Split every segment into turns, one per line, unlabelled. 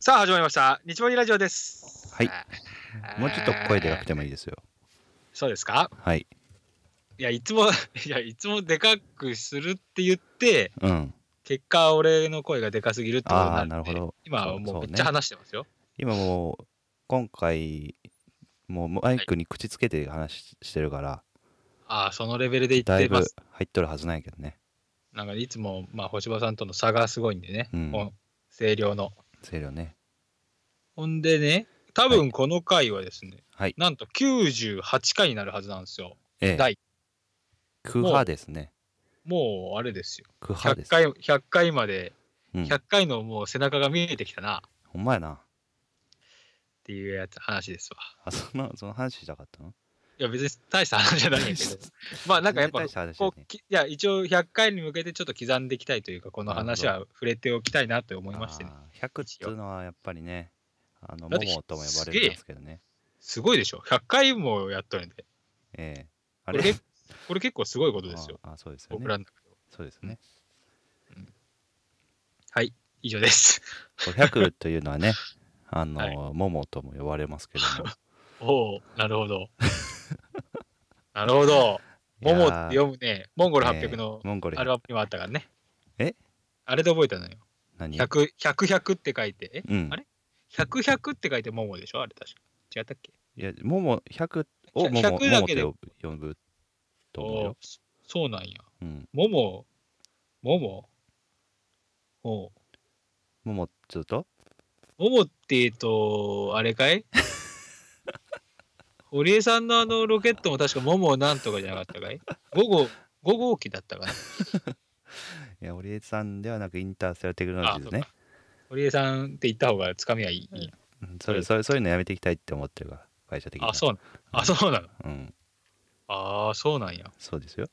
さあ始まりました日盛りラジオです
はいもうちょっと声でかくてもいいですよ。
そうですか
はい。
いやいつも いやいつもでかくするって言って
うん。
結果俺の声がでかすぎるってことに
あ
なる
あ、
んで
なるほど。
今は
そう
もうめっ
そ
ちゃ話してますよ
今もう、今回、もうマイクに口つけて話ししてるから、
ああそのレベルで言っ
だい
て
ぶ
ます
入っとるはずないけどね。
なんかいつもまあ星葉さんとの差がすごいんでね、
うん
もう声量の
声量ね。
ほんでね多分この回はですね、
はい。
なんと98回になるはずなんですよ
ええ。
第
空派ですね。
もうあれですよ
空派で
100
す。
回100回まで
うん。
100回のもう背中が見えてきたなっ
ほんまやな。
ていうやつ話ですわ
あ、その、その話したかったの
いや別に大した話じゃないん やけどまあ なんかやっぱ
大した話だ
こう
ね
きいや一応100回に向けてちょっと刻んでいきたいというかこの話は触れておきたいなと思いましてね
あー100っていうのはやっぱりね、あの、
だ
モ
って
モとも呼ば
す
れ
げえ
るんですけどね。
すごいでしょ100回もやっとるんで
ええ。あ
これ結これ結構すごいことですよ
あーあー、そうですよ
僕ら
ね。
の中では
そうですね。
以上です
500というの はね、あの、
はい
モモとも呼ばれますけども。
おおなるほ どなるほど モモって
いやー
読むねモンゴル
え
800
ー
の
モンゴル
アルバムにもあったからね
え
あれで覚えたのよ
何
100 100 100って書いてえ
うん
あれ100 100って書いてモモでしょあれ確か違ったっけ
いや、モモ100
ひ
を
ゃ
モモモ
100
モ
だ
っ
けで
て呼ぶ呼ぶと思う
おー
よ。
そそうなんや
うん。
もも、もも、おう
モモちょっと
ももってえと、あれか い堀江さんのあのロケットも確かももなんとかじゃなかったかい ?5 号、5号機だったかな。
いや、堀江さんではなくインターセラテクノロジーですね。
堀江さんって言った方がつかみはいい。
うんそれ、それ、そういうのやめていきたいって思ってるから、会社的には。
あ、そうなあ、そうなの。
う。うん。
ああ、そうなんや。
そうですよ。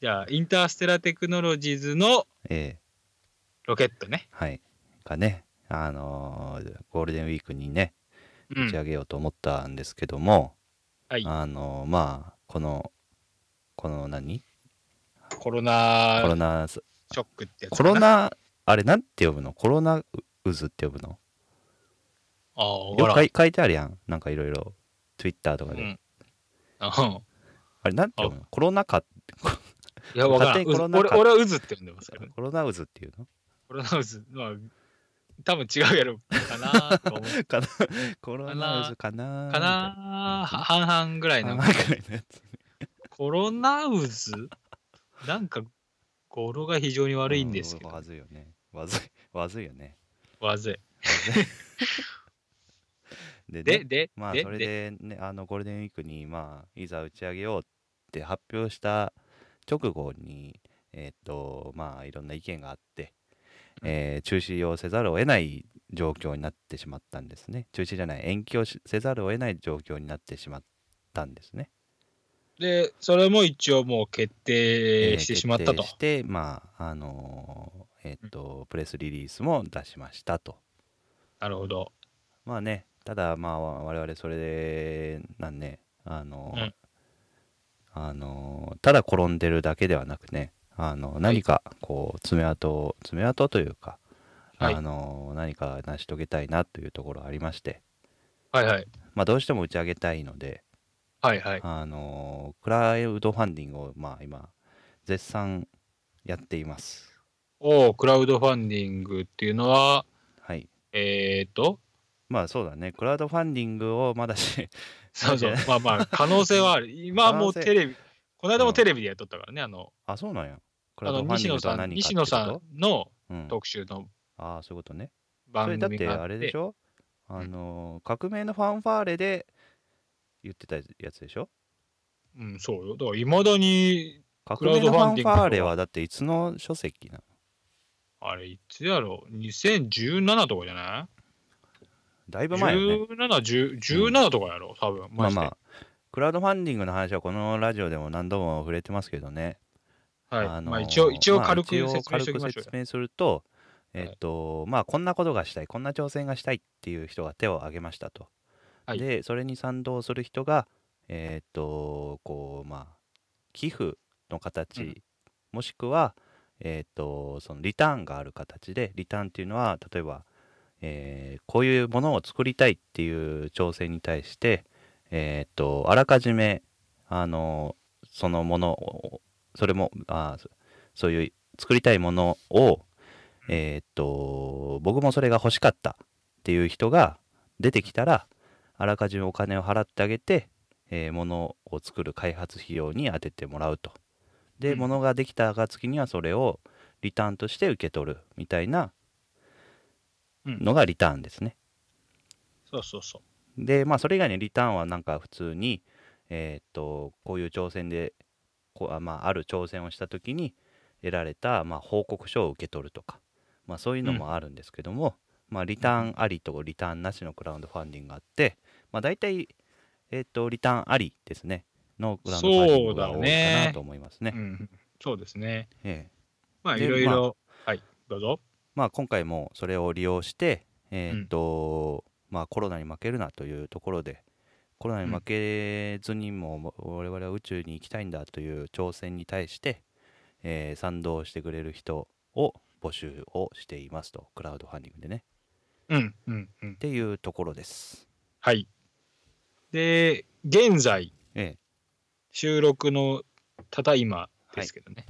じゃあ、インターステラテクノロジーズの
ええ
ロケットね。
はい。がね、あのーゴールデンウィークにね、
う
打ち
ん。
上げようと思ったんですけども、
はい
あのーまあ、この、この何
コロ
コロ
ナ
ナス、
ショックってやつ
コ
かな
ロナ、あれ、なんて呼ぶのコロナ渦って呼ぶの
ああ、わ
よ
か
く書
らん
い書いてあるやん。なんかいろいろ、ツイッターとか
う
で。
ん。あ
あれ、なんて読むのコロナ禍、
いや、わからん。
勝手にコロ
渦
ナ禍
俺俺は渦って呼んでますけどね。
コロナ渦っていうの
コロナウイルス、まあ、多分違うやろかなと思う
かなコロナ渦かな
かな は半々ぐら
み
い
た
の
いな。あくらいのやつ
コロナウイルスなんか語呂が非常に悪いんですけ
う
ど
わずいよね。わずい。わずいよね。
わぜ
で、
で
ね
で
まあ、
で
それ
で
で、ね、あの、ゴールデンウィークに、まあ、いざ打ち上げようって発表した直後に、えっと、まあ、いろんな意見があって、えー中止をせざるを得ない状況になってしまったんですね。中止じゃない、延期をしせざるを得ない状況になってしまったんですね。
でそれも一応もう決定
えー
してしまったと
決、定して、まあ、あのーえっと、プレスリリースも出しましたと。
なるほど
まあね、ただ、まあ、我々それで、なんね、あのー
うん
あのーただ転んでるだけではなくね、あの何か、こう、爪痕を、爪痕というか、
はい
あのー何か成し遂げたいなというところありまして、
はいはい
まあ、どうしても打ち上げたいので、
はいはい
あのークラウドファンディングを、まあ、今、絶賛やっています。
おおクラウドファンディングっていうのは
はい。
えー、っと
まあそうだね、クラウドファンディングをまだし、
そうそうまあまあ可能性はあ る今はもう
可能性
テレビこの間もテレビでやっとったからね、あの
あ、そうなんや。クラ
あ
ウド
の
ファン
西
ディ
野
ングと
さ
は
ん
何かって
西
こ
野
と
さんの
うん、
特集の
ああ、そういうことね。それ
番
だっ
組
て
があ
あ
って
れでしょあのー、革命のファンファーレで言ってたやつでしょ
うん、そうよ。だから、いまだに、
革
クラウ
命
ド
の
フ
フ
ァ
ァ
ン
ン
ディング
フ
とは
ァーレはだっていつの書籍なの
あれ、いつやろう ?2017 とかじゃない
だいぶ前よね。
?17、10 17とかやろ多分、
ま
マ
あ
ジで。
まあ、クラウドファンディングの話はこのラジオでも何度も触れてますけどね。
はい。
あの
まあ、一応、一応
まあ
軽く
一
説
応
明しておきましょう
軽く
よ。
説明すると、
はい
えっと、まあ、こんなことがしたい、こんな挑戦がしたいっていう人が手を挙げましたと。
はい
で、それに賛同する人が、えっと、こう、まあ、寄付の形、
うん
もしくは、えっと、そのリターンがある形で、リターンっていうのは、例えば、えーこういうものを作りたいっていう挑戦に対して、えーっとあらかじめあのそのものをそれもあーそそういう作りたいものを、えーっと僕もそれが欲しかったっていう人が出てきたらあらかじめお金を払ってあげて、えー、物を作る開発費用に充ててもらうと。で、
うん
物ができた暁にはそれをリターンとして受け取るみたいな
うん
のがリターンですね。
そうそうそう。
で、まあ、それ以外にリターンはなんか普通に、えーっと、こういう挑戦で、こうあまあ、ある挑戦をした時に得られた、まあ、報告書を受け取るとか、まあ、そういうのもあるんですけども、まあ、リターンありとリターンなしのクラウドファンディングがあって、まあ、大体、えーっと、リターンありですね、のクラウドファンディングが
そ
多
うだ
い
ね
かなと思いますね。
うん、そうですね。
ええ
まあ、
で
いろいろ、はい、どうぞ。
まあ、今回もそれを利用して、えー
うん
っとまあ、コロナに負けるなというところでコロナに負けずにも我々は宇宙に行きたいんだという挑戦に対して、えー賛同してくれる人を募集をしていますとクラウドファンディングでね
うん、うん、うん
っ。ていうところです。
はい。で、現在、
ええ
収録のただ今ですけどね。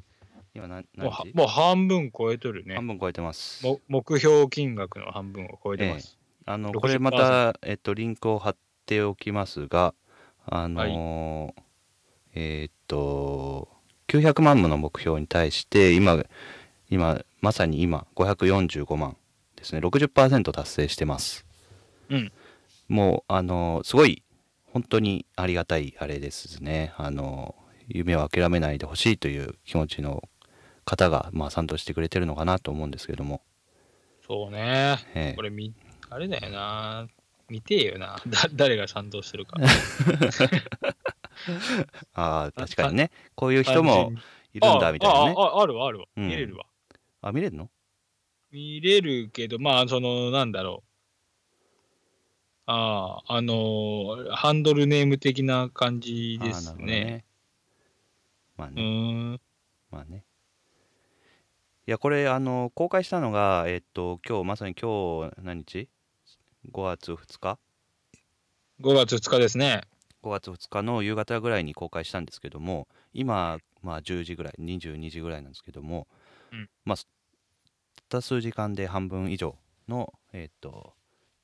今
も
何
う
何
は
時
もう半分超えとるね
半。分超えてます。
も目標金額の半分を超えてます。
あの
60%
これまた、えっと、リンクを貼っておきますが、あのーえーっと900万部の目標に対して今今まさに今545万ですね60%達成してます
うん。
もうあのーすごい本当にありがたいあれですねあのー夢を諦めないでほしいという気持ちの方が、まあ、賛同してくれてるのかなと思うんですけども、
そうね。
ええ
これみ、あれだよな。見てえよな。だ誰が賛同してるか。
ああ確かにねこういう 人
単
も
純に
いるんだみたいなね
あああああるわあるわ、
うん
見れるわ
あ、見れるの
見れるけどまあそのなんだろうあああのーハンドルネーム的な感じ
あー
です
なるほど
ね。
まあ
う
ね、
ーん
まあね。いや、これ、あの、公開したのが、えっと、今日、まさに今日、何日 ?5 月2日
5月2日ですね
?5 月2日の夕方ぐらいに公開したんですけども、今、まあ、10時ぐらい、22時ぐらいなんですけども、
うん
まあ、すたった数時間で半分以上の、えっと、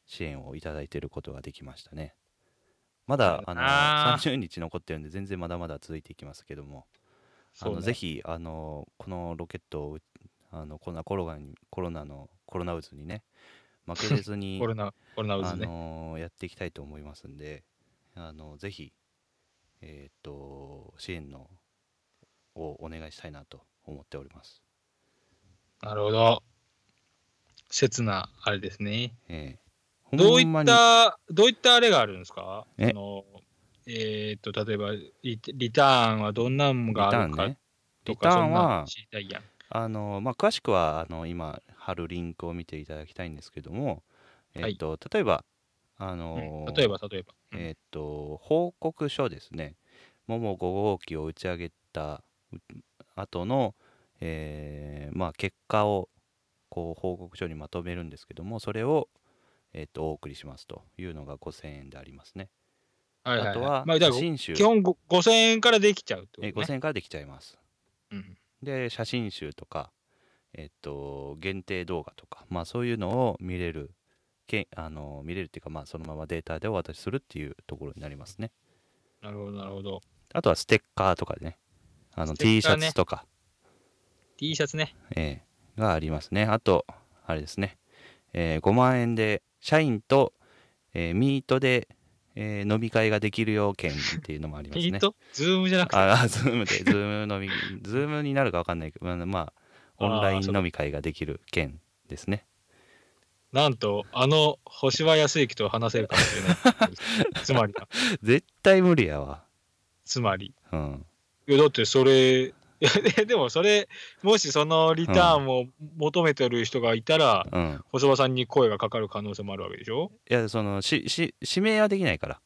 支援をいただいていることができましたね。まだ、あの、
あー
30日残ってるんで、全然まだまだ続いていきますけども、あ
そう
の
ね
ぜひあのこのロケットをうあのこんなコロナにコロナのコロナウイルスにね負けれず に
コロナコロナウイル
あ
スね
のやっていきたいと思いますんであのぜひえーっと支援のをお願いしたいなと思っております。
なるほど切なあれですね
ええ
どう
ほ
い
んま
っ
に
たどういったあれがあるんですか
え
そのえーっと例えばリリターンはどんなんがある
リターン
か
ね
と
リ
か
ター
そ
ン
んな
は
ん知りたいやん
あのまあ、詳しくはあの今貼るリンクを見ていただきたいんですけども、えーっと例えばあの
うん例えば例えばうん
えーっと報告書ですね、もも5号機を打ち上げたう後の、えーまあ、結果をこう報告書にまとめるんですけども、それを、えーっとお送りしますというのが5000円でありますね。
はいはい
あと
は
はい
まあだから
写真集、
基本ご5000円からできちゃうってこと、ね
えー、5000円からできちゃいます。
うん
で写真集とか、えっと、限定動画とか、まあ、そういうのを見れるけあの見れるっていうか、まあ、そのままデータでお渡しするっていうところになりますね
なるほどなるほど
あとはステッカーとかでねあの
ステッ
T シ
カー
ャ
ね
ツとか、
T シャツね
ええがありますねあとあれですね、えー5万円で社員と、えーミートで、えー飲み会ができるよ券っていうのもあります
ピ
ね
ントズームじゃなくて
ああ、ズームで、ズーム飲み、 ズームになるか分かんないけど、まあまあ、オンライン飲み会ができる件ですね。
なんとあの星は安行と話せるかもしれない つまりだ
絶対無理やわ。
つまり
うん。
いやだってそれ いやででもそれもしそのリターンを求めてる人がいたら、
うん。
星葉さんに声がかかる可能性もあるわけでしょ
いや、その、し、し、指名はできないから。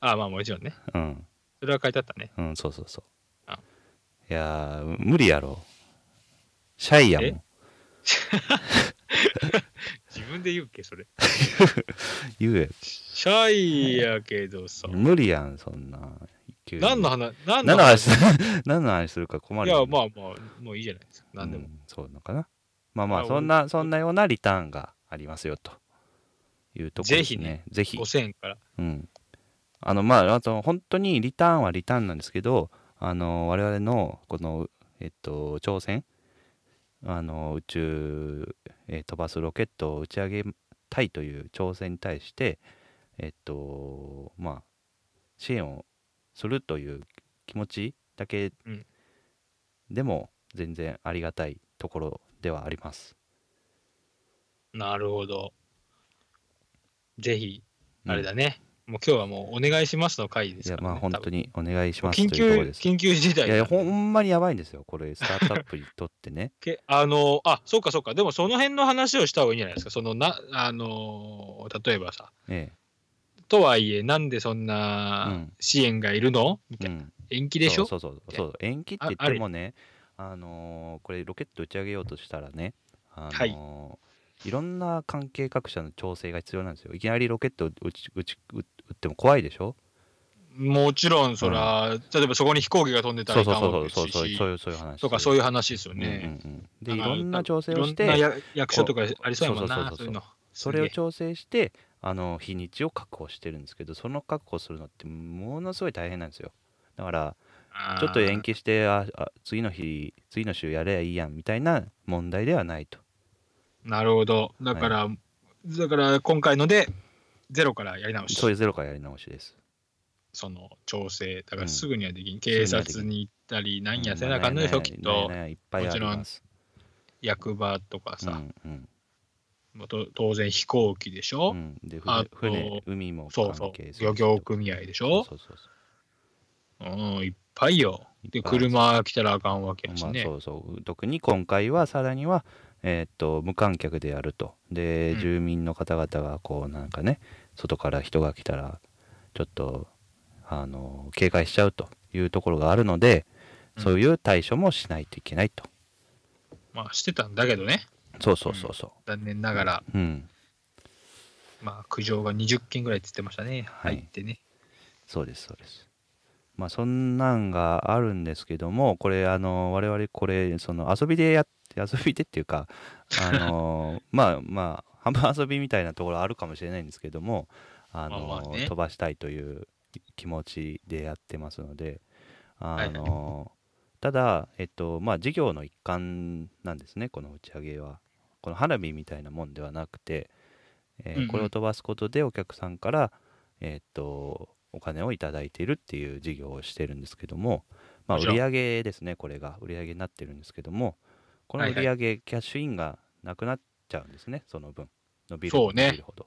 ああまあもちろんね
うん。
それは書いてあったね
うん、そうそうそ
あ
う。いやー、無理やろ。シャイやもん。
自分分で言うっけ、それ。
言え
シャイやけどさ。
無理やんそんな急に
何の話、何
何
の
の
話
話 何の話するか困
い
る
や、
よね
まあまあ、もういいじゃないですか。何で
う
も。
んそうなのかなまあま
ま
あ
あ
そんなそんなようなリターンがありますよというとこ
ぜ
ろです
ひ
ね
ね
ぜひ
5000円から。
うんあのまああと本当にリターンはリターンなんですけどあの我々のこのえっと挑戦あの宇宙えー飛ばすロケットを打ち上げたいという挑戦に対してえっとまあ支援をするという気持ちだけ
うん
でも全然ありがたいところではあります。
なるほど。ぜひ、
うん
あれだね。もう今日はもうお願いしますの回で
い
す
や
から、ね。
まあ本
多
当
分
にお願いしますという
緊
とこ
急
ろです。
緊急事態
い
だ
やいやほんまにやばいんですよこれスタートアップにとって ね
けあのあそうかそうかでもその辺の話をした方がいいんじゃないですかそのなあの例えばさ
え
とはいえなんでそん
う
なん支援がいるのみ
え、
た
う
いな、
ん、
延期でしょ
そうそうそうそう延期って言ってもねあのーこれロケット打ち上げようとしたらね、あのー
はい
い、ろんな関係各社の調整が必要なんですよいきなりロケット打ち打ち打っても怖いでしょ
もちろんそら、例えばそこに飛行機が飛んでた
そ
ら
う
い
そ
か
う
んわ
そ
け
う
で
そう
す
そ
し
うそうそういう話
とかそう
い
いう話ですよね、
うんうんうん、でい
だから
ろんな調整をし
いろん
て
なや役所とかありそうやもんな
こう
そういうの
それを
すげえ
調整してあの日にちを確保してるんですけどその確保するのってものすごい大変なんですよだから
あー
ちょっと延期してああ次の日次の週やればいいやんみたいな問題ではないと
なるほどだから、だから今回のでゼロからやり直し
それゼロからやり直しです
その調整だか
うん
らすぐにはできん、
ぐには
警察に行ったりなんやせなあかんのでし
う
ょ
ん
きっ
なんや
と
なんやいっぱいあります
役場とか
うんう
さ、
ん
もうと当然飛行機でしょ、
うんでふ
あと
船海も
そうそ
関係
う漁業組合でし
そう
ょ
そうそうそう
うんいっぱいよ
いっ
で
ぱいある
車来たらあかんわけやし
まあ、
ね、
そうそう特に今回はさらには、えーっと無観客でやるとで、
うん
住民の方々がこうなんかね外から人が来たらちょっとあの警戒しちゃうというところがあるので、
うん
そういう対処もしないといけないと
まあしてたんだけどね
そうそうそうそ
残念ながら、
ううん、
まあ苦情が20件ぐらいって言ってましたね
はい
入ってね、
そうですそうですまあそんなんがあるんですけどもこれあの我々これその遊びでやって遊びでっていうかあ のまあまあ半分遊びみたいなところあるかもしれないんですけどもあの、
まあまあね
飛ばしたいという気持ちでやってますのであの、ただえっとまあ事業の一環なんですねこの打ち上げはこの花火みたいなもんではなくて、えー
うんうん
これを飛ばすことでお客さんからえっとお金をいただいているっていう事業をしてるんですけども、まあ、
も
売
ちろん
上ですねこれが売上になってるんですけどもこの
は
売
いはい
上、キャッシュインがなくなっちゃうんですねその分伸びる
そうね
伸びるほど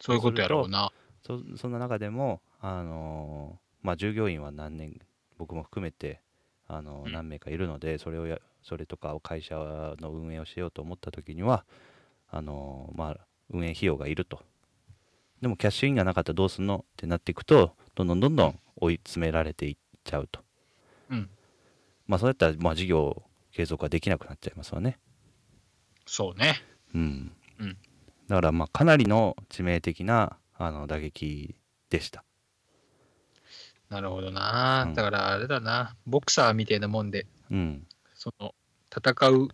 そういうことやろうな
そそんな中でも、あのーまあ、従業員は何年僕も含めて、あのー
うん
何名かいるのでそれをやそれとかを会社の運営をしようと思った時にはあのーまあ、運営費用がいるとでもキャッシュインがなかったらどうすんのってなっていくとどんどんどんどん追い詰められていっちゃうと、
うん
まあ、そうやったらまあ事業継続ができなくなっちゃいますわね。
そうね
うん
うん
だからまあかなりの致命的なあの打撃でした。
なるほどな、
うん
だからあれだなボクサーみたいなもんで
うん
その戦う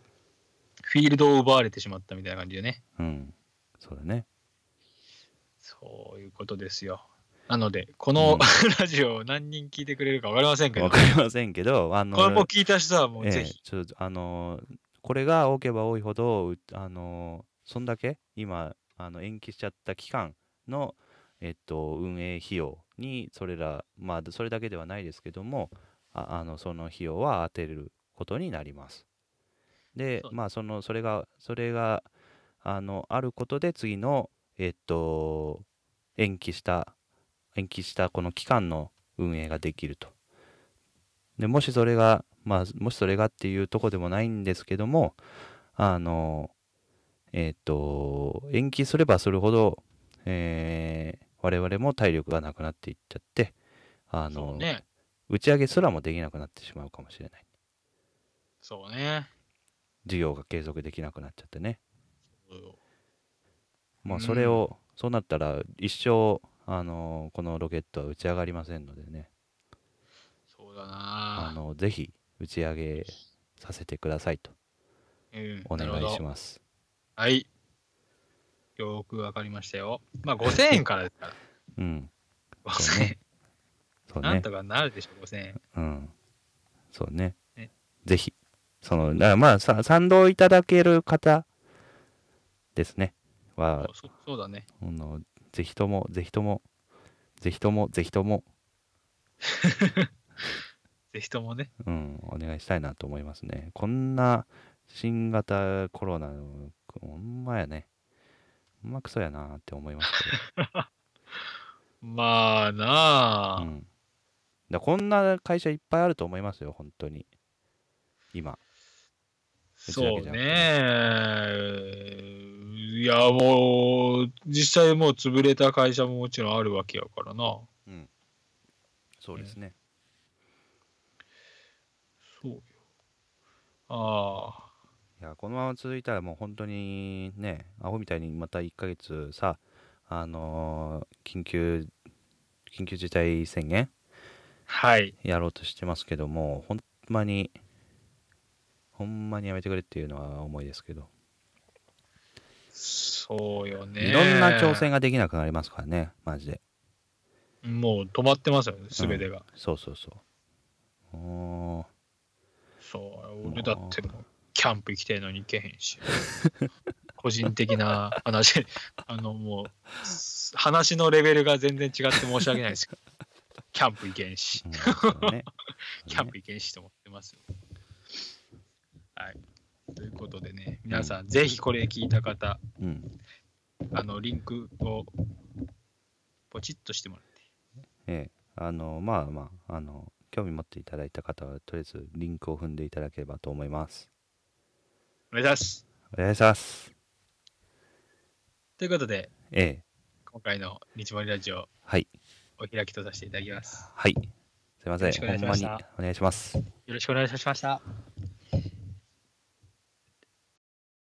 フィールドを奪われてしまったみたいな感じでね
うん、そうだね。
そういうことですよ。なので、この、
うん
ラジオを何人聞いてくれるか分かりませんけど、
わ
こ
かりませんけど、あの、
れもう聞いた人はもう
ええ
ぜひ、
ちょっとあのーこれが多ければ多いほど、うあのーそんだけ今あの延期しちゃった期間のえっと運営費用にそれらまあそれだけではないですけども、ああのその費用は当てることになります。で
そう、
まあそのそれがそれがあのあることで次のえっと延期した延期したこの期間の運営ができると。でもしそれが、まあ、もしそれがっていうとこでもないんですけども、あの、えっ、と、延期すればするほど、えー我々も体力がなくなっていっちゃって、あ
そ
の、
うね、
打ち上げすらもできなくなってしまうかもしれない。
そうね、
事業が継続できなくなっちゃってね。
そう
ま
う
あ、
ん
それを、そうなったら一生、あのこのロケットは打ち上がりませんのでね、
そうだな
あのぜひ打ち上げさせてくださいと
うん
お願
なる
い
ほ
し
ど
ます。
はい。よーくわかりましたよ。まあ5000円からですから。
うん、
5000円。
そう
なん
ね
と。かなるでしょ、5000円。
うん、そうね
ね。
ぜひ、その、だからまあ、さ賛同いただける方ですね。は、
そうそうだね。
あのぜひとも、ぜひとも、ぜひとも、ぜひとも、
ぜひともね。
うん、お願いしたいなと思いますね。こんな新型コロナの、ほんまやね。ほんまクソやなって思いますけど。
まあなあ、
うん、だこんな会社いっぱいあると思いますよ、本当に。今。
そう
うちだけじゃなくて
ね。いや、もう、実際もう潰れた会社ももちろんあるわけやからな。
そうですね。
そうよ。あ
いや、このまま続いたらもう本当にね、アホみたいにまた1ヶ月さ、あのー緊急、緊急事態宣言
あ、はい。
やろうとしてますけども、ほんまに、ほんまにやめてくれっていうのは思いですけど、
そうよね。
いろんな挑戦ができなくなりますからね、マジで。
もう止まってますよね、すべてが。
そうそうそう。おー
そう、俺だってもう、キャンプ行きたいのに行けへんし。 個人的な話、 あのもう、話のレベルが全然違って申し訳ないですけど、キャンプ行けんし
う。んそうね
キャンプ行けんしと思ってますよ。はい。ということでね、皆さん、ぜひこれ聞いた方、
うん。
あの、リンクをポチッとしてもらって。
ええ。あの、まあまあ、あの、興味持っていただいた方は、とりあえずリンクを踏んでいただければと思います。
お願いします。
お願いします。
ということで、
ええ。
今回の日盛りラジオ、
はい。
お開きとさせていただきます。
はい。すいませ
よ
ん。
ろしくお願いしました
ほんまにお願いします。
よろしくお願いいたしました。